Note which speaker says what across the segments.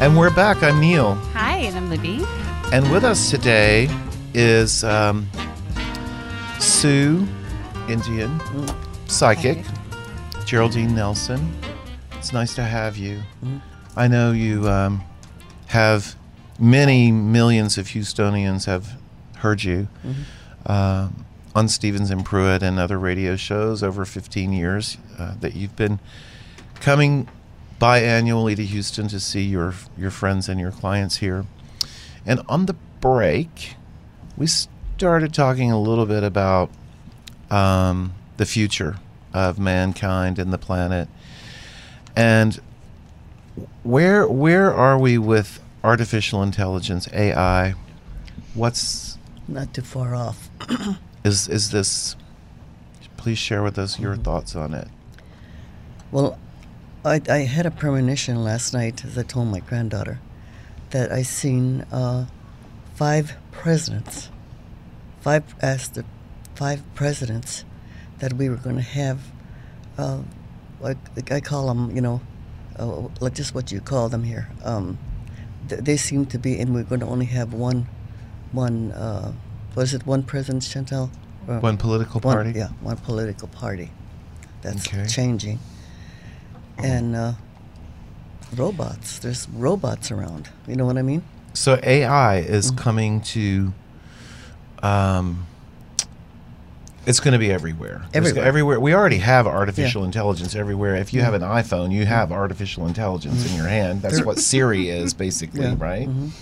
Speaker 1: And we're back. I'm Neil.
Speaker 2: Hi, and I'm Libby.
Speaker 1: And with us today is um, Sue, Indian, psychic, Geraldine Nelson. It's nice to have you. I know you um, have many millions of Houstonians have heard you uh, on Stevens and Pruitt and other radio shows over 15 years uh, that you've been coming biannually to Houston to see your your friends and your clients here. And on the break, we started talking a little bit about um, the future of mankind and the planet, and where where are we with artificial intelligence AI? What's
Speaker 3: Not too far off.
Speaker 1: is is this? Please share with us your thoughts on it.
Speaker 3: Well, I, I had a premonition last night, as I told my granddaughter, that I seen uh, five presidents, five as the five presidents that we were going to have. Uh, like, like I call them, you know, uh, like just what you call them here. Um, th- they seem to be, and we're going to only have one, one. Uh, what is it? One president, Chantel? Uh, Or-
Speaker 1: One political
Speaker 3: one-
Speaker 1: party.
Speaker 3: yeah, one political party. That's
Speaker 1: Okay.
Speaker 3: changing. And uh, robots. There's robots around. You know what I mean?
Speaker 1: So AI is
Speaker 3: Mm-hmm.
Speaker 1: coming to. Um, it's going to be everywhere. There's
Speaker 3: Everywhere. Mm-hmm.
Speaker 1: go- everywhere. We already have artificial intelligence everywhere. If you have an iPhone, you have artificial intelligence in your hand. That's what Siri is basically,
Speaker 3: Yeah. Mm-hmm.
Speaker 1: right?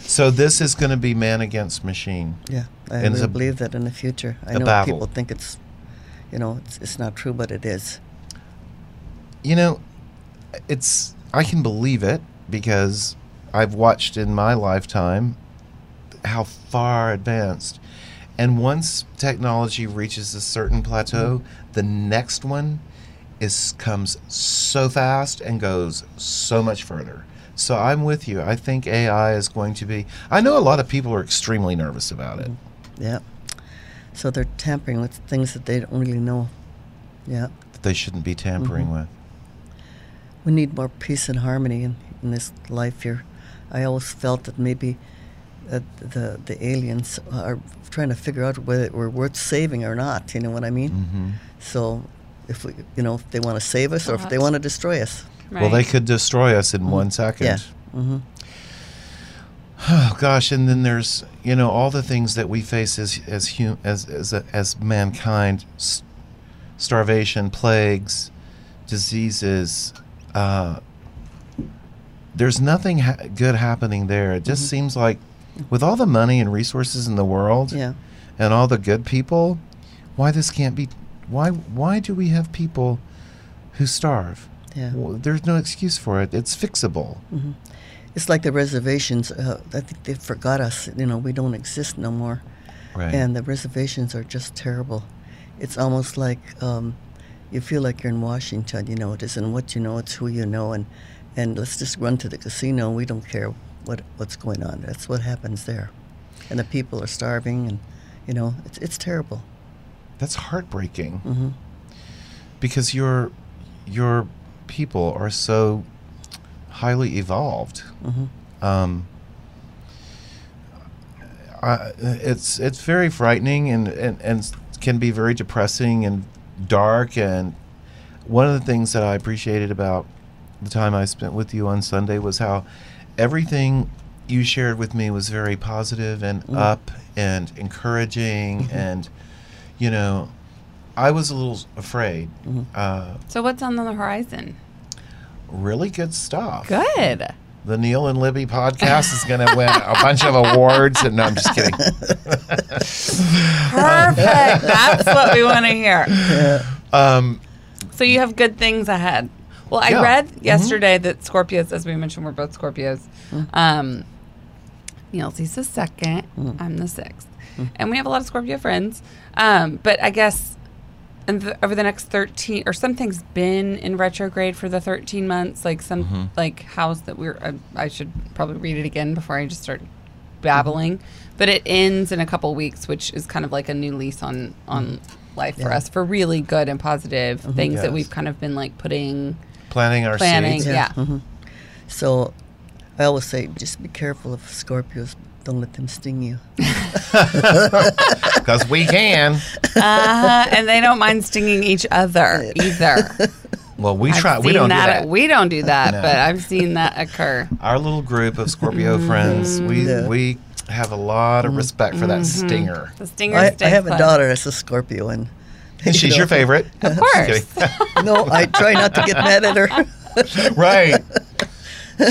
Speaker 1: So this is going to be man against machine.
Speaker 3: Yeah. I
Speaker 1: And it's
Speaker 3: really
Speaker 1: a-
Speaker 3: believe that in the future. I
Speaker 1: a
Speaker 3: know
Speaker 1: battle.
Speaker 3: people think it's, you know, it's, it's not true, but it is.
Speaker 1: You know, it's I can believe it because I've watched in my lifetime how far advanced. And once technology reaches a certain plateau, the next one is comes so fast and goes so much further. So I'm with you. I think AI is going to be I know a lot of people are extremely nervous about it.
Speaker 3: Yeah. So they're tampering with things that they don't really know. Yeah.
Speaker 1: that They shouldn't be tampering with.
Speaker 3: We need more peace and harmony in, in this life here. I always felt that maybe that the the aliens are trying to figure out whether we're worth saving or not. You know what I mean?
Speaker 1: Mhm.
Speaker 3: So, if we, you know, if they want to save us or if they want to destroy us,
Speaker 2: Right.
Speaker 1: Well, they could destroy us in one second.
Speaker 3: yeah. hmm
Speaker 1: Oh gosh, and then there's you know all the things that we face as as hum, as as as mankind: S- starvation, plagues, diseases. Uh, there's nothing ha- good happening there. It
Speaker 3: Mm-hmm.
Speaker 1: just seems like, with all the money and resources in the world,
Speaker 3: Yeah.
Speaker 1: and all the good people, why this can't be? Why why do we have people who starve?
Speaker 3: Yeah.
Speaker 1: Well, there's no excuse for it. It's fixable.
Speaker 3: It's like the reservations. Uh, I think they forgot us. You know, we don't exist no more.
Speaker 1: Right.
Speaker 3: Mm-hmm. And the reservations are just terrible. It's almost like um, you feel like you're in Washington. You know, it isn't what you know; it's who you know. And and let's just run to the casino. We don't care what what's going on. That's what happens there. And the people are starving, and you know, it's it's terrible.
Speaker 1: That's heartbreaking.
Speaker 3: hmm
Speaker 1: because your your people are so highly evolved.
Speaker 3: hmm
Speaker 1: Um, I, it's it's very frightening and, and and can be very depressing and dark. And one of the things that I appreciated about the time I spent with you on Sunday was how everything you shared with me was very positive and up and encouraging and you know i was a little afraid uh,
Speaker 2: so what's on the horizon?
Speaker 1: really good stuff.
Speaker 2: Good.
Speaker 1: The Neil and Libby podcast is going to win a bunch of awards. And no, I'm just kidding.
Speaker 2: Perfect. That's what we want to hear.
Speaker 1: Um,
Speaker 2: So you have good things ahead. Well, I
Speaker 1: Yeah.
Speaker 2: read yesterday that Scorpios, as we mentioned, we're both Scorpios. Um, Niels, he's the 2nd i I'm the sixth, and we have a lot of Scorpio friends. Um, but I guess in the, over the next thirteen or something's been in retrograde for the thirteen months, like some
Speaker 1: Mm-hmm.
Speaker 2: like house that we're. Uh, I should probably read it again before I just start babbling.
Speaker 1: Mm-hmm.
Speaker 2: But it ends in a couple weeks, which is kind of like a new lease on on life for us for really good and positive things that
Speaker 1: Mm-hmm. Yes.
Speaker 2: we've kind of been like putting
Speaker 1: planning our
Speaker 2: planning.
Speaker 1: seeds.
Speaker 2: Yeah.
Speaker 3: So I always say, just be careful of Scorpios. Don't let them sting you.
Speaker 1: Because we can.
Speaker 2: Uh, and they don't mind stinging each other either.
Speaker 1: Well, we
Speaker 2: I've
Speaker 1: try. We
Speaker 2: seen
Speaker 1: don't do
Speaker 2: that,
Speaker 1: that.
Speaker 2: We don't do that,
Speaker 1: No.
Speaker 2: but I've seen that occur.
Speaker 1: Our little group of Scorpio
Speaker 2: Mm-hmm.
Speaker 1: friends, we
Speaker 3: Yeah.
Speaker 1: we have a lot of respect for that
Speaker 2: Mm-hmm.
Speaker 1: stinger.
Speaker 2: The stinger
Speaker 3: I, I
Speaker 2: stays
Speaker 3: have a
Speaker 2: put.
Speaker 3: daughter that's a Scorpio, and
Speaker 1: And she's your favorite.
Speaker 2: Of course.
Speaker 1: Just kidding.
Speaker 3: no, I try not to get mad at her.
Speaker 1: right.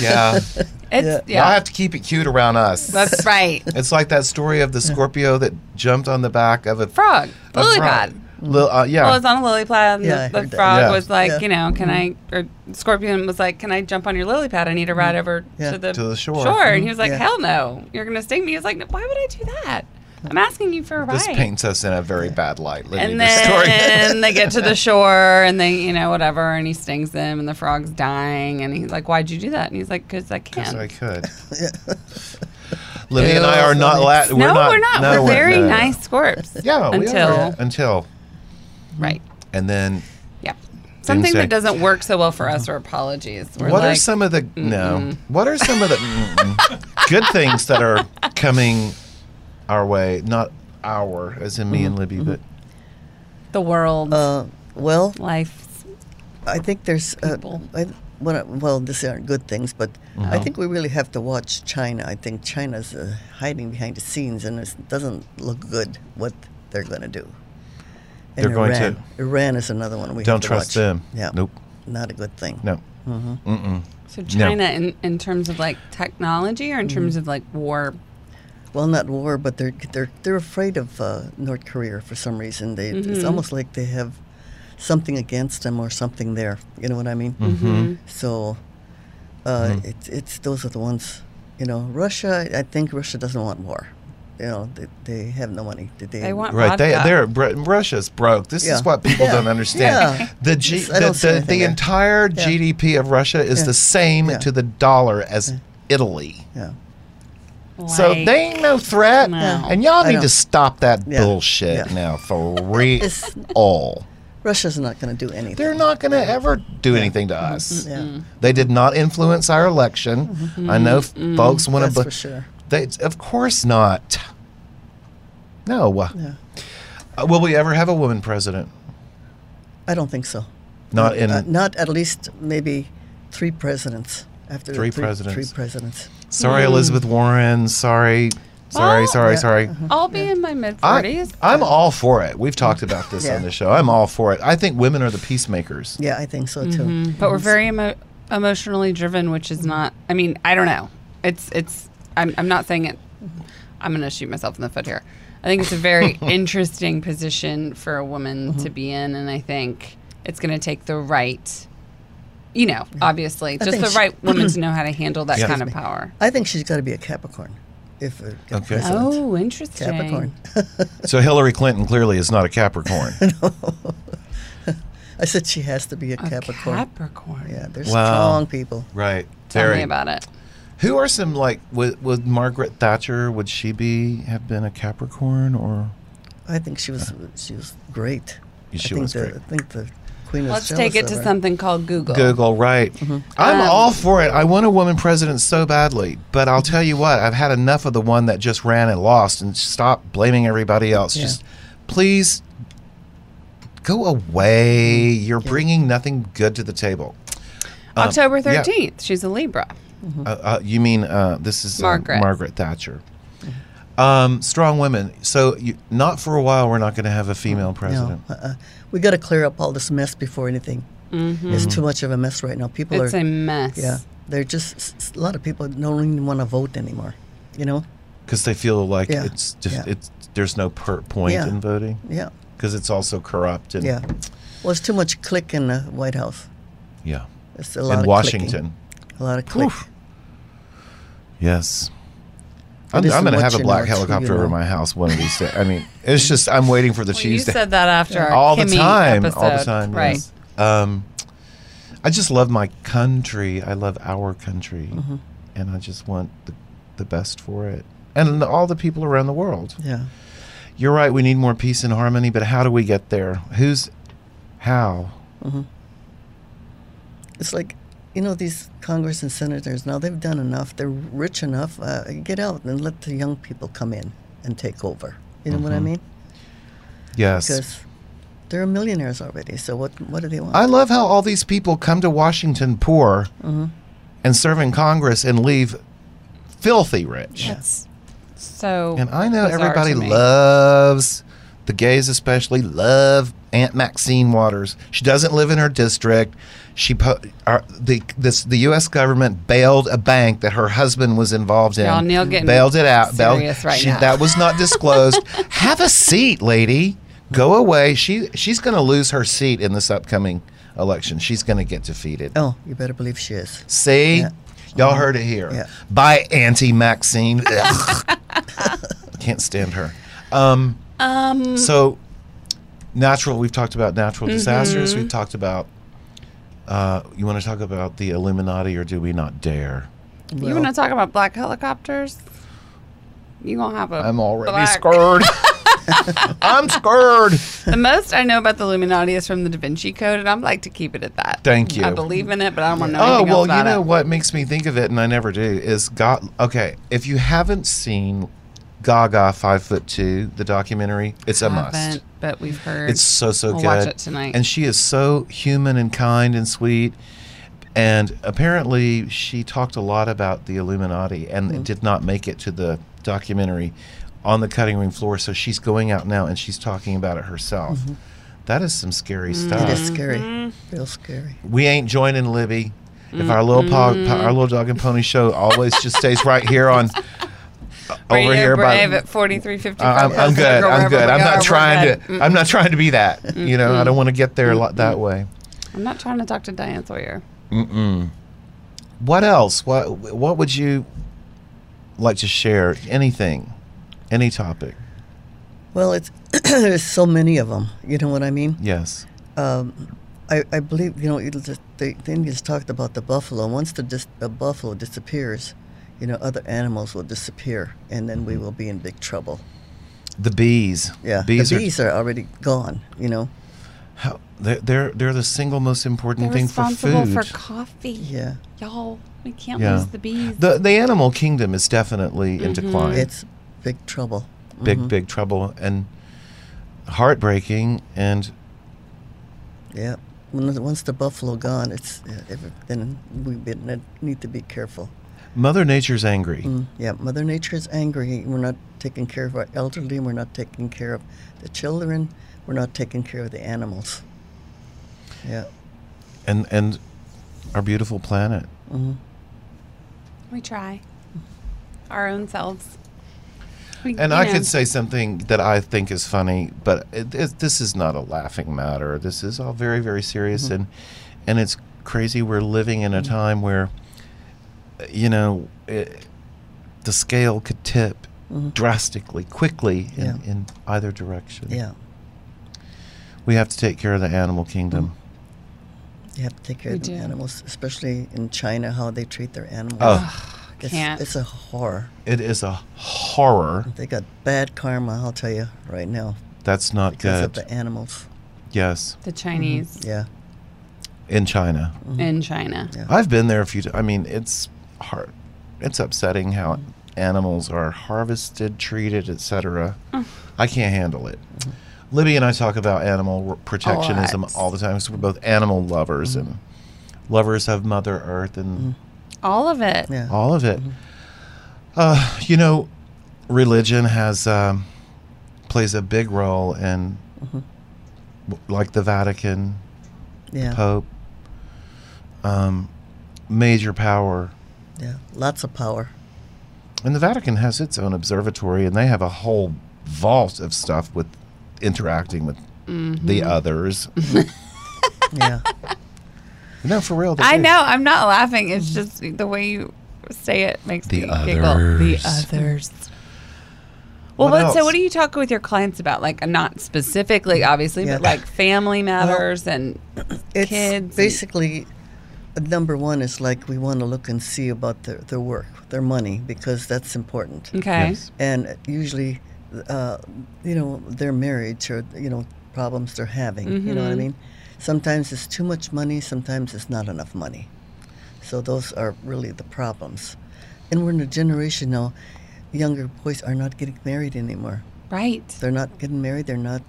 Speaker 1: Yeah.
Speaker 2: It's,
Speaker 1: Y'all
Speaker 2: yeah.
Speaker 1: have to keep it cute around us.
Speaker 2: That's right.
Speaker 1: it's like that story of the Scorpio that jumped on the back of a
Speaker 2: Frog.
Speaker 1: a
Speaker 2: Lily
Speaker 1: frog.
Speaker 2: pad.
Speaker 1: Lil- uh, yeah.
Speaker 2: Well, it was on a lily pad, and
Speaker 3: Yeah, I
Speaker 2: the, the
Speaker 3: heard that.
Speaker 2: frog
Speaker 1: Yeah.
Speaker 2: was like,
Speaker 3: Yeah. Mm-hmm.
Speaker 2: you know, can I, or Scorpion was like, can I jump on your lily pad? I need a ride over
Speaker 3: Yeah. Mm-hmm.
Speaker 2: to, the
Speaker 1: To the shore.
Speaker 2: And he was like,
Speaker 3: Yeah.
Speaker 2: hell no, you're going to sting me. He was like, "No, why would I do that? I'm asking you for a ride.
Speaker 1: this paints us in a very bad light. Let me
Speaker 2: and
Speaker 1: this story.
Speaker 2: then they get to the shore and they, you know, whatever, and he stings them and the frog's dying. And he's like, why'd you do that? And he's like, because I can.
Speaker 1: Yes, I could. Libby and I are not. La- we're
Speaker 2: no,
Speaker 1: not,
Speaker 2: we're not.
Speaker 1: no,
Speaker 2: we're very
Speaker 1: no, no.
Speaker 2: nice scorps.
Speaker 1: Yeah, we
Speaker 2: Until,
Speaker 1: are. until,
Speaker 2: right.
Speaker 1: and then
Speaker 2: Yeah. Something
Speaker 1: say-
Speaker 2: that doesn't work so well for us are apologies. We're
Speaker 1: what
Speaker 2: like,
Speaker 1: are some of the no? What are some of the mm-mm, good things that are coming our way? Not our, as in me
Speaker 3: Mm-hmm.
Speaker 1: and Libby, but
Speaker 2: the world,
Speaker 3: Uh, well,
Speaker 2: life.
Speaker 3: I think there's uh,
Speaker 2: People.
Speaker 3: I, when I- well, these aren't good things, but
Speaker 1: Mm-hmm.
Speaker 3: I think we really have to watch China. I think China's uh, hiding behind the scenes, and it doesn't look good what they're going to do. And
Speaker 1: They're going to-
Speaker 3: Iran. Iran is another one we
Speaker 1: don't
Speaker 3: have to
Speaker 1: trust
Speaker 3: watch.
Speaker 1: them.
Speaker 3: Yeah,
Speaker 1: Nope.
Speaker 3: not a good thing.
Speaker 1: No.
Speaker 2: So China, in, in terms of like technology or in
Speaker 1: Mm.
Speaker 2: terms of like war,
Speaker 3: Well, not war, but they're they're they're afraid of uh, North Korea for some reason. They it's almost like they have something against them or something there. You know what I mean? Mm-hmm. So uh,
Speaker 1: Mm-hmm.
Speaker 3: it's it's those are the ones. You know, Russia. I think Russia doesn't want war. You know, they, they have no money. They,
Speaker 2: they want
Speaker 1: Right, they,
Speaker 2: vodka.
Speaker 1: they're Br- Russia's broke. This
Speaker 3: Yeah.
Speaker 1: is what people don't
Speaker 3: Yeah.
Speaker 1: understand.
Speaker 3: Yeah.
Speaker 1: The G,
Speaker 3: Yes, I don't see
Speaker 1: the, the,
Speaker 3: anything
Speaker 1: the
Speaker 3: there.
Speaker 1: entire
Speaker 3: Yeah.
Speaker 1: GDP of Russia is
Speaker 3: Yeah.
Speaker 1: the same
Speaker 3: Yeah.
Speaker 1: to the dollar as Italy.
Speaker 3: Yeah.
Speaker 1: So
Speaker 2: like-
Speaker 1: they ain't no threat,
Speaker 2: No. Yeah.
Speaker 1: and y'all
Speaker 3: I
Speaker 1: need to
Speaker 3: don't-
Speaker 1: stop that
Speaker 3: Yeah.
Speaker 1: bullshit
Speaker 3: Yeah.
Speaker 1: now for real.
Speaker 3: Russia's not going to do anything.
Speaker 1: They're not going to ever do anything to us.
Speaker 3: Yeah. Mhm.
Speaker 1: They did not influence our election.
Speaker 2: Mm-hmm.
Speaker 1: I know f- folks want
Speaker 3: That's
Speaker 1: to,
Speaker 3: for sure.
Speaker 1: they of course not. No.
Speaker 3: Yeah.
Speaker 1: Uh, will we ever have a woman president?
Speaker 3: I don't think so.
Speaker 1: Not in
Speaker 3: Uh, not at least maybe three presidents after the
Speaker 1: Three
Speaker 3: Three
Speaker 1: presidents.
Speaker 3: presidents.
Speaker 1: Sorry, Elizabeth Warren. Sorry, sorry,
Speaker 2: Well,
Speaker 1: sorry,
Speaker 3: yeah, Uh-huh.
Speaker 1: sorry.
Speaker 2: I'll be in my mid
Speaker 1: I,
Speaker 2: 40s.
Speaker 1: I'm all for it. We've talked about this
Speaker 3: Yeah.
Speaker 1: on the show. I'm all for it. I think women are the peacemakers.
Speaker 3: Yeah, I think so too.
Speaker 2: But we're very emo- emotionally driven, which is not. I mean, I don't know. It's it's. I'm I'm not saying it. I'm gonna shoot myself in the foot here. I think it's a very interesting position for a woman to be in, and I think it's gonna take the right. You know, obviously, just
Speaker 3: think
Speaker 2: the
Speaker 3: she-
Speaker 2: right woman to know how to handle that
Speaker 1: Yeah.
Speaker 2: kind of power.
Speaker 3: I think she's got to be a Capricorn. If a a
Speaker 1: Okay.
Speaker 3: president.
Speaker 2: Oh, interesting.
Speaker 3: Capricorn.
Speaker 1: So Hillary Clinton clearly is not a Capricorn.
Speaker 3: I said she has to be a,
Speaker 2: A
Speaker 3: Capricorn.
Speaker 2: Capricorn.
Speaker 3: yeah, they're
Speaker 1: Wow.
Speaker 3: strong people.
Speaker 1: right.
Speaker 2: Tell
Speaker 1: Very.
Speaker 2: me about it.
Speaker 1: Who are some like would, would Margaret Thatcher would she be have been a Capricorn or
Speaker 3: I think she was she was great.
Speaker 1: She
Speaker 3: I think
Speaker 1: was
Speaker 3: the,
Speaker 1: great.
Speaker 3: I think the Queen was
Speaker 2: Let's take it
Speaker 3: jealous
Speaker 2: to
Speaker 3: of her.
Speaker 2: something called Google.
Speaker 1: Google right? I'm
Speaker 2: Um,
Speaker 1: all for it. I want a woman president so badly, but I'll tell you what, I've had enough of the one that just ran and lost and stop blaming everybody else.
Speaker 3: Yeah.
Speaker 1: Just please go away.
Speaker 2: Mm-hmm.
Speaker 1: You're bringing nothing good to the table. Um,
Speaker 2: October
Speaker 1: yeah.
Speaker 2: 13th. She's a Libra.
Speaker 1: Uh, uh, you mean uh, this is um,
Speaker 2: Margaret.
Speaker 1: Margaret Thatcher. Um, strong women. So, you, not for a while, we're not going to have a female
Speaker 3: No,
Speaker 1: president.
Speaker 3: uh-uh. we got to clear up all this mess before anything. It's too much of a mess right now. People
Speaker 2: Mm-hmm. It's
Speaker 3: are
Speaker 2: a mess.
Speaker 3: yeah, they're just s- s- a lot of people don't even want to vote anymore. You know?
Speaker 1: because they feel like
Speaker 3: Yeah,
Speaker 1: it's just
Speaker 3: yeah.
Speaker 1: it's there's no per point
Speaker 3: Yeah.
Speaker 1: in voting
Speaker 3: Yeah,
Speaker 1: because it's also corrupt and
Speaker 3: yeah. Well, it's too much click in the White House.
Speaker 1: yeah.
Speaker 3: It's a lot
Speaker 1: in
Speaker 3: of
Speaker 1: Washington.
Speaker 3: Clicking. A lot of click.
Speaker 1: Oof. Yes. I'm,
Speaker 3: It isn't
Speaker 1: I'm going to
Speaker 3: what
Speaker 1: have a
Speaker 3: you know,
Speaker 1: black
Speaker 3: it's who you
Speaker 1: helicopter over
Speaker 3: know.
Speaker 1: my house one of these days. I mean, it's just I'm waiting for the
Speaker 2: Well, you
Speaker 1: cheese to
Speaker 2: said that after our
Speaker 1: all the
Speaker 2: Kimmy
Speaker 1: time, all the
Speaker 2: episode.
Speaker 1: time.
Speaker 2: right?
Speaker 1: Yes. Um, I just love my country. I love our country,
Speaker 2: Mm-hmm.
Speaker 1: and I just want the, the best for it and the- all the people around the world.
Speaker 3: Yeah.
Speaker 1: You're right. We need more peace and harmony, but how do we get there? Who's how?
Speaker 3: It's like you know, these Congress and senators now they've done enough. They're rich enough. Uh, get out and let the young people come in and take over. You know what I mean?
Speaker 1: Yes.
Speaker 3: Because they're millionaires already. So what what do they want?
Speaker 1: I love how all these people come to Washington poor
Speaker 2: Mm-hmm.
Speaker 1: and serve in Congress and leave filthy rich.
Speaker 2: That's so.
Speaker 1: And I know
Speaker 2: bizarre
Speaker 1: everybody
Speaker 2: to me.
Speaker 1: loves the gays, especially love Aunt Maxine Waters. She doesn't live in her district. She po- our, the this the U.S. government bailed a bank that her husband was involved in.
Speaker 2: Y'all, Neil getting
Speaker 1: bailed it out.
Speaker 2: serious right
Speaker 1: she,
Speaker 2: now.
Speaker 1: That was not disclosed. Have a seat, lady. Go away. She she's going to lose her seat in this upcoming election. She's going to get defeated.
Speaker 3: oh, you better believe she is.
Speaker 1: See?
Speaker 3: Yeah.
Speaker 1: Y'all heard it here.
Speaker 3: Yeah.
Speaker 1: Bye, Auntie Maxine. Ugh. Can't stand her. Um,
Speaker 2: Um, Mm-hmm.
Speaker 1: so, natural, we've talked about natural disasters. We've talked about, uh, you want to talk about the Illuminati or do we not dare?
Speaker 2: you want to talk about black helicopters? You gonna have a?
Speaker 1: I'm already
Speaker 2: black-
Speaker 1: scared. I'm scared.
Speaker 2: The most I know about the Illuminati is from the Da Vinci Code, and I'd like to keep it at that.
Speaker 1: Thank you.
Speaker 2: I believe in it, but I don't want to know
Speaker 1: Oh
Speaker 2: anything
Speaker 1: well,
Speaker 2: else about
Speaker 1: you know
Speaker 2: it.
Speaker 1: what makes me think of it, and I never do, is God. Okay, if you haven't seen Gaga Five Foot Two, the documentary, it's a must.
Speaker 2: Haven't, but we've heard.
Speaker 1: It's so so
Speaker 2: We'll
Speaker 1: good.
Speaker 2: watch it tonight.
Speaker 1: And she is so human and kind and sweet. And apparently, she talked a lot about the Illuminati, and
Speaker 2: Mm.
Speaker 1: it did not make it to the documentary on the cutting room floor. So she's going out now, and she's talking about it herself.
Speaker 2: Mm-hmm.
Speaker 1: That is some scary
Speaker 2: Mm.
Speaker 1: stuff.
Speaker 3: It is scary, real scary.
Speaker 1: We ain't joining Libby. If our little pog, po- our little dog and pony show always just stays right here on
Speaker 2: Radio
Speaker 1: over here by
Speaker 2: Brave at forty three fifty
Speaker 1: I-
Speaker 2: five.
Speaker 1: I'm, I'm good. I'm good. I'm not trying to. I'm not trying to be that. You know, I don't want to get there a lot that way.
Speaker 2: I'm not trying to talk to Diane Sawyer.
Speaker 1: What else? What What would you like to share? Anything, any topic?
Speaker 3: Well, it's there's so many of them. You know what I mean?
Speaker 1: Yes.
Speaker 3: um, I, I believe you know it'll just, the, the Indians talked about the buffalo. Once the, dis, the buffalo disappears, you know other animals will disappear, and then we will be in big trouble.
Speaker 1: The bees.
Speaker 3: Yeah,
Speaker 1: Bees,
Speaker 3: the bees are, already gone. You know,
Speaker 1: are. How, they're, they're they're the single most important
Speaker 2: They're
Speaker 1: thing for
Speaker 2: responsible
Speaker 1: food.
Speaker 2: for, coffee.
Speaker 3: yeah,
Speaker 2: Y'all, we can't
Speaker 1: Yeah.
Speaker 2: lose the bees.
Speaker 1: the the animal kingdom is definitely in
Speaker 2: Mm-hmm.
Speaker 1: decline.
Speaker 3: it's mm-hmm. big trouble.
Speaker 1: big big trouble and heartbreaking and
Speaker 3: Yeah, when, once the buffalo gone, it's yeah, every- then we be- ne- need to be careful.
Speaker 1: Mother Nature's angry.
Speaker 3: Mm, Yeah, Mother Nature is angry. We're not taking care of our elderly. We're not taking care of the children. We're not taking care of the animals. Yeah.
Speaker 1: and and our beautiful planet.
Speaker 2: we try our own selves. We,
Speaker 1: And
Speaker 2: you
Speaker 1: I
Speaker 2: know,
Speaker 1: could say something that I think is funny, but it, it, this is not a laughing matter. This is all very very serious,
Speaker 3: Mm-hmm.
Speaker 1: and and it's crazy. We're living in a
Speaker 3: Mm.
Speaker 1: time where, uh, you know, it, the scale could tip drastically, quickly in,
Speaker 3: Mm-hmm. Yeah.
Speaker 1: in either direction.
Speaker 3: Yeah,
Speaker 1: We have to take care of the animal kingdom.
Speaker 3: you have to take care
Speaker 2: We
Speaker 3: of the
Speaker 2: do.
Speaker 3: animals, especially in China, how they treat their animals.
Speaker 1: Oh,
Speaker 3: it's,
Speaker 2: can't.
Speaker 3: it's a horror.
Speaker 1: it is a horror.
Speaker 3: They got bad karma, I'll tell you right now,
Speaker 1: That's not
Speaker 3: because of
Speaker 1: good.
Speaker 3: the animals.
Speaker 1: Yes,
Speaker 2: the Chinese
Speaker 3: Yeah,
Speaker 1: in China.
Speaker 2: in China.
Speaker 3: Yeah.
Speaker 1: I've been there a few. T- I mean, it's hard. It's upsetting how animals are harvested, treated, etc. I can't handle it. Libby and I talk about animal r- protectionism
Speaker 2: lot.
Speaker 1: all the time. 'cause we're both animal lovers and lovers of Mother Earth and
Speaker 2: All of it.
Speaker 3: yeah.
Speaker 1: all of it. Uh, you know, religion has um, plays a big role in, w- like the Vatican,
Speaker 3: yeah,
Speaker 1: Pope, um, major power.
Speaker 3: yeah. Lots of power.
Speaker 1: And the Vatican has its own observatory, and they have a whole vault of stuff with interacting with the
Speaker 2: Mm-hmm.
Speaker 1: others.
Speaker 3: Yeah,
Speaker 1: no, for real. they
Speaker 2: I
Speaker 1: do.
Speaker 2: know. I'm not laughing. It's just the way you say it makes
Speaker 1: The
Speaker 2: me giggle. The
Speaker 1: others.
Speaker 2: others. Well,
Speaker 1: What
Speaker 2: what, so
Speaker 1: else?
Speaker 2: what do you talk with your clients about? Like, uh, not specifically, obviously, but
Speaker 3: Yeah.
Speaker 2: like family matters and
Speaker 3: it's
Speaker 2: Kids and-
Speaker 3: basically uh, number one is like we want to look and see about their, their work, their money, because that's important.
Speaker 2: okay,
Speaker 1: Yes.
Speaker 3: and usually, uh, you know, their marriage or you know problems they're having. You know what I mean? Sometimes it's too much money. Sometimes it's not enough money. So those are really the problems. And we're in a generation now, younger boys are not getting married anymore.
Speaker 2: Right.
Speaker 3: They're not getting married. They're not.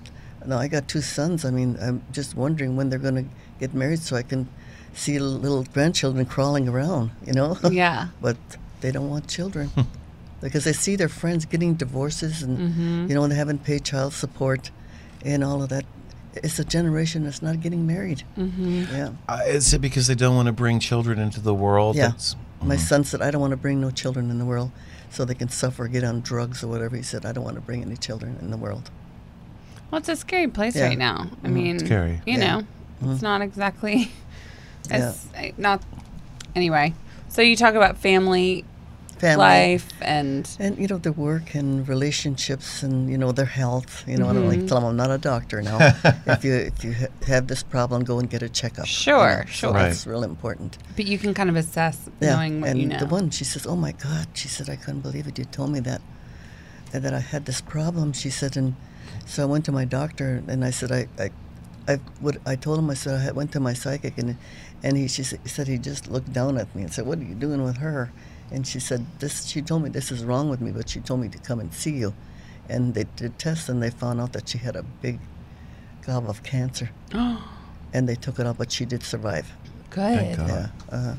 Speaker 3: Now I got two sons. I mean, I'm just wondering when they're going to get married so I can see little grandchildren crawling around. You know.
Speaker 2: Yeah.
Speaker 3: but they don't want children because they see their friends getting divorces and you know and they haven't paid child support and all of that. It's a generation that's not getting married. Mm-hmm. Yeah.
Speaker 1: Uh, is it because they don't want to bring children into the world?
Speaker 3: Yeah.
Speaker 1: That's-
Speaker 3: My son said, I don't want to bring no children in the world so they can suffer, get on drugs or whatever. He said, I don't want to bring any children in the world.
Speaker 2: Well, it's a scary place
Speaker 3: Yeah. Mm-hmm.
Speaker 2: right now. I mean,
Speaker 1: Scary.
Speaker 2: You
Speaker 3: Yeah. Mm-hmm.
Speaker 2: know, it's not exactly.
Speaker 3: Yeah.
Speaker 2: It's uh, not. Anyway, so you talk about family,
Speaker 3: Family.
Speaker 2: life and
Speaker 3: And, you know, their work and relationships and, you know, their health. You know, I don't
Speaker 2: Mm-hmm.
Speaker 3: like to tell them I'm not a doctor now. if you if you ha- have this problem, go and get a checkup. you
Speaker 2: Sure,
Speaker 3: know.
Speaker 2: sure.
Speaker 3: So
Speaker 1: Right.
Speaker 3: that's real important.
Speaker 2: but you can kind of assess knowing what
Speaker 3: and
Speaker 2: you know.
Speaker 3: the one she says, "Oh my God," she said, "I couldn't believe it. You told me that, and that I had this problem." She said, and so I went to my doctor and I said, "I, I, I would." I told him I said I had- went to my psychic and, and he she s- he said he just looked down at me and said, "What are you doing with her?" And she said, "This." She told me this is wrong with me, but she told me to come and see you, and they did tests and they found out that she had a big gob of cancer, and they took it out, but she did survive.
Speaker 2: Good.
Speaker 1: God.
Speaker 3: Yeah. Uh,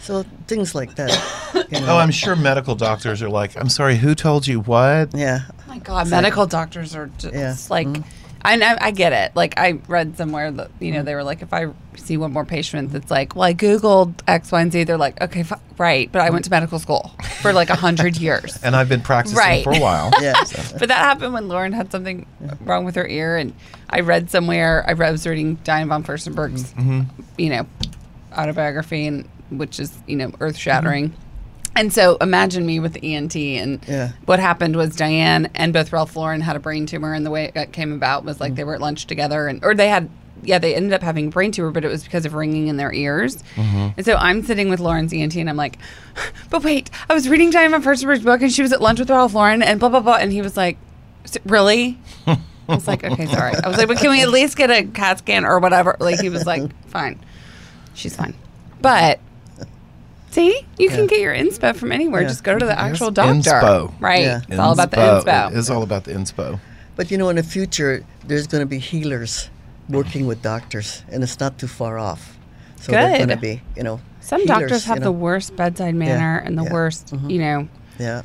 Speaker 3: so things like that. you know.
Speaker 1: Oh, I'm sure medical doctors are like, I'm sorry, who told you what?
Speaker 3: Yeah.
Speaker 2: Oh my God, medical doctors are just
Speaker 3: Yeah. Mm-hmm.
Speaker 2: like, I, I I get it. Like I read somewhere that you know they were like, if I see one more patient that's like, well, I googled X, Y, and Z, they're like, okay, f- right, but I went to medical school for like a hundred years.
Speaker 1: And I've been practicing
Speaker 2: Right.
Speaker 1: for a while.
Speaker 3: Yeah.
Speaker 2: but that happened when Lauren had something wrong with her ear, and I read somewhere I read, I was reading Diane von Furstenberg's, you know, autobiography, and which is you know earth shattering. And so imagine me with the ENT, and
Speaker 3: Yeah.
Speaker 2: what happened was Diane and both Ralph Lauren had a brain tumor, and the way it got- came about was like they were at lunch together, and or they had. Yeah, they ended up having brain tumor, but it was because of ringing in their ears.
Speaker 3: Mm-hmm.
Speaker 2: And so I'm sitting with Lauren's ENT, and I'm like, "But wait, I was reading Diane von Furstenberg's book, and she was at lunch with Ralph Lauren, and blah blah blah." And he was like, "S- "Really?" I was like, "Okay, sorry." I was like, "But can we at least get a CAT scan or whatever?" Like he was like, "Fine, she's fine," but See, you can get your inspo from anywhere.
Speaker 3: Yeah.
Speaker 2: Just go to the actual doctor.
Speaker 1: Inspo.
Speaker 2: Right.
Speaker 3: Yeah.
Speaker 2: It's all about the inspo.
Speaker 1: It is all about the inspo.
Speaker 3: But you know, in the future, there's going to be healers working with doctors, and it's not too far off. So they're going to
Speaker 2: Good.
Speaker 3: be, you know,
Speaker 2: Some
Speaker 3: healers,
Speaker 2: doctors have
Speaker 3: you
Speaker 2: the
Speaker 3: know.
Speaker 2: worst bedside manner and the
Speaker 3: Yeah.
Speaker 2: worst,
Speaker 1: Mm-hmm.
Speaker 2: you know.
Speaker 3: Yeah.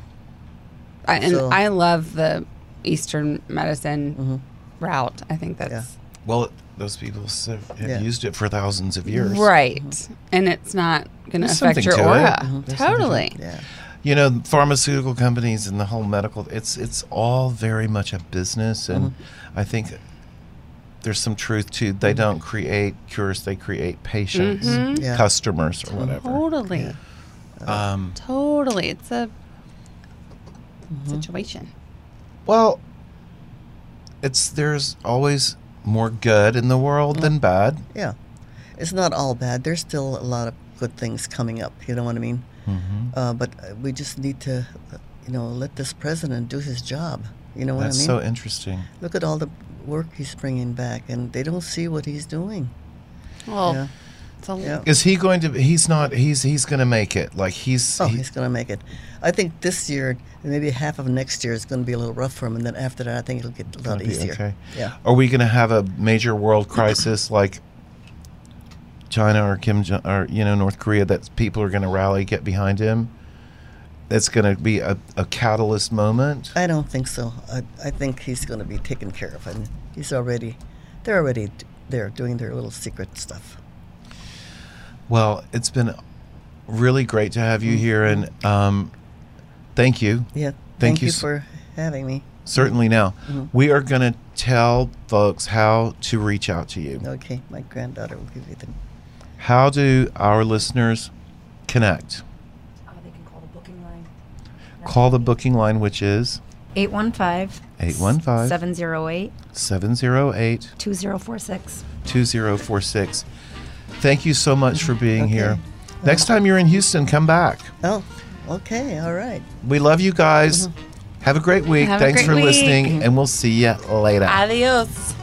Speaker 2: I, and
Speaker 3: So-
Speaker 2: I love the Eastern medicine
Speaker 1: Mm-hmm.
Speaker 2: route. I think that's
Speaker 1: Well, those people s- have
Speaker 3: Yeah.
Speaker 1: used it for thousands of years.
Speaker 2: right, and it's not going
Speaker 1: Mm-hmm.
Speaker 2: to
Speaker 1: There's
Speaker 2: affect
Speaker 1: something
Speaker 2: your
Speaker 1: to it.
Speaker 2: aura.
Speaker 1: Mhm. There's something to
Speaker 2: Totally.
Speaker 3: Yeah.
Speaker 1: You know, pharmaceutical companies and the whole medical it's it's all very much a business and
Speaker 3: Mm-hmm.
Speaker 1: I think there's some truth to they don't create cures, they create patients,
Speaker 3: Mm-hmm. Yeah.
Speaker 1: customers or whatever.
Speaker 2: Totally.
Speaker 1: Um,
Speaker 2: Totally. It's a
Speaker 1: Mm-hmm.
Speaker 2: situation.
Speaker 1: Well, it's there's always more good in the world than bad.
Speaker 3: Yeah. It's not all bad. There's still a lot of good things coming up. You know what I mean?
Speaker 1: Mm-hmm.
Speaker 3: Uh, but uh, we just need to, uh, you know, let this president do his job. You know what
Speaker 1: That's
Speaker 3: I
Speaker 1: so
Speaker 3: mean?
Speaker 1: interesting.
Speaker 3: Look at all the work he's bringing back, and they don't see what he's doing.
Speaker 2: Well,
Speaker 3: Yeah.
Speaker 2: it's a
Speaker 3: Yeah.
Speaker 1: Is he going to? He's not. He's he's going to make it. Like he's.
Speaker 3: Oh,
Speaker 1: he-
Speaker 3: he's going to make it. I think this year, maybe half of next year, is going to be a little rough for him, and then after that, I think it'll get a lot
Speaker 1: be
Speaker 3: easier.
Speaker 1: okay.
Speaker 3: Yeah.
Speaker 1: Are we going to have a major world crisis like China or Kim Jong or you know North Korea that people are going to rally get behind him? That's going to be a, a catalyst moment.
Speaker 3: I don't think so. I, I think he's going to be taken care of, and he's already, they're already d- there doing their little secret stuff.
Speaker 1: Well, it's been really great to have you
Speaker 3: Mm-hmm.
Speaker 1: here, and um, thank you.
Speaker 3: Yeah.
Speaker 1: Thank you s-
Speaker 3: for having me.
Speaker 1: Certainly now.
Speaker 3: Mm-hmm.
Speaker 1: We are going to tell folks how to reach out to you.
Speaker 3: Okay, my granddaughter will give you the.
Speaker 1: How do our listeners connect?
Speaker 4: Uh, they can call the booking line.
Speaker 1: Call the booking line, which is
Speaker 4: 815
Speaker 1: 815
Speaker 4: 708
Speaker 1: 708
Speaker 4: 2046.
Speaker 1: 2046. Thank you so much for being
Speaker 3: Okay.
Speaker 1: here. Next time you're in Houston, come back.
Speaker 3: Oh, okay, all right.
Speaker 1: We love you guys. Have a great week.
Speaker 2: Mm-hmm. Have a
Speaker 1: Thanks
Speaker 2: great
Speaker 1: for
Speaker 2: week.
Speaker 1: listening, and we'll see you later.
Speaker 2: Adios.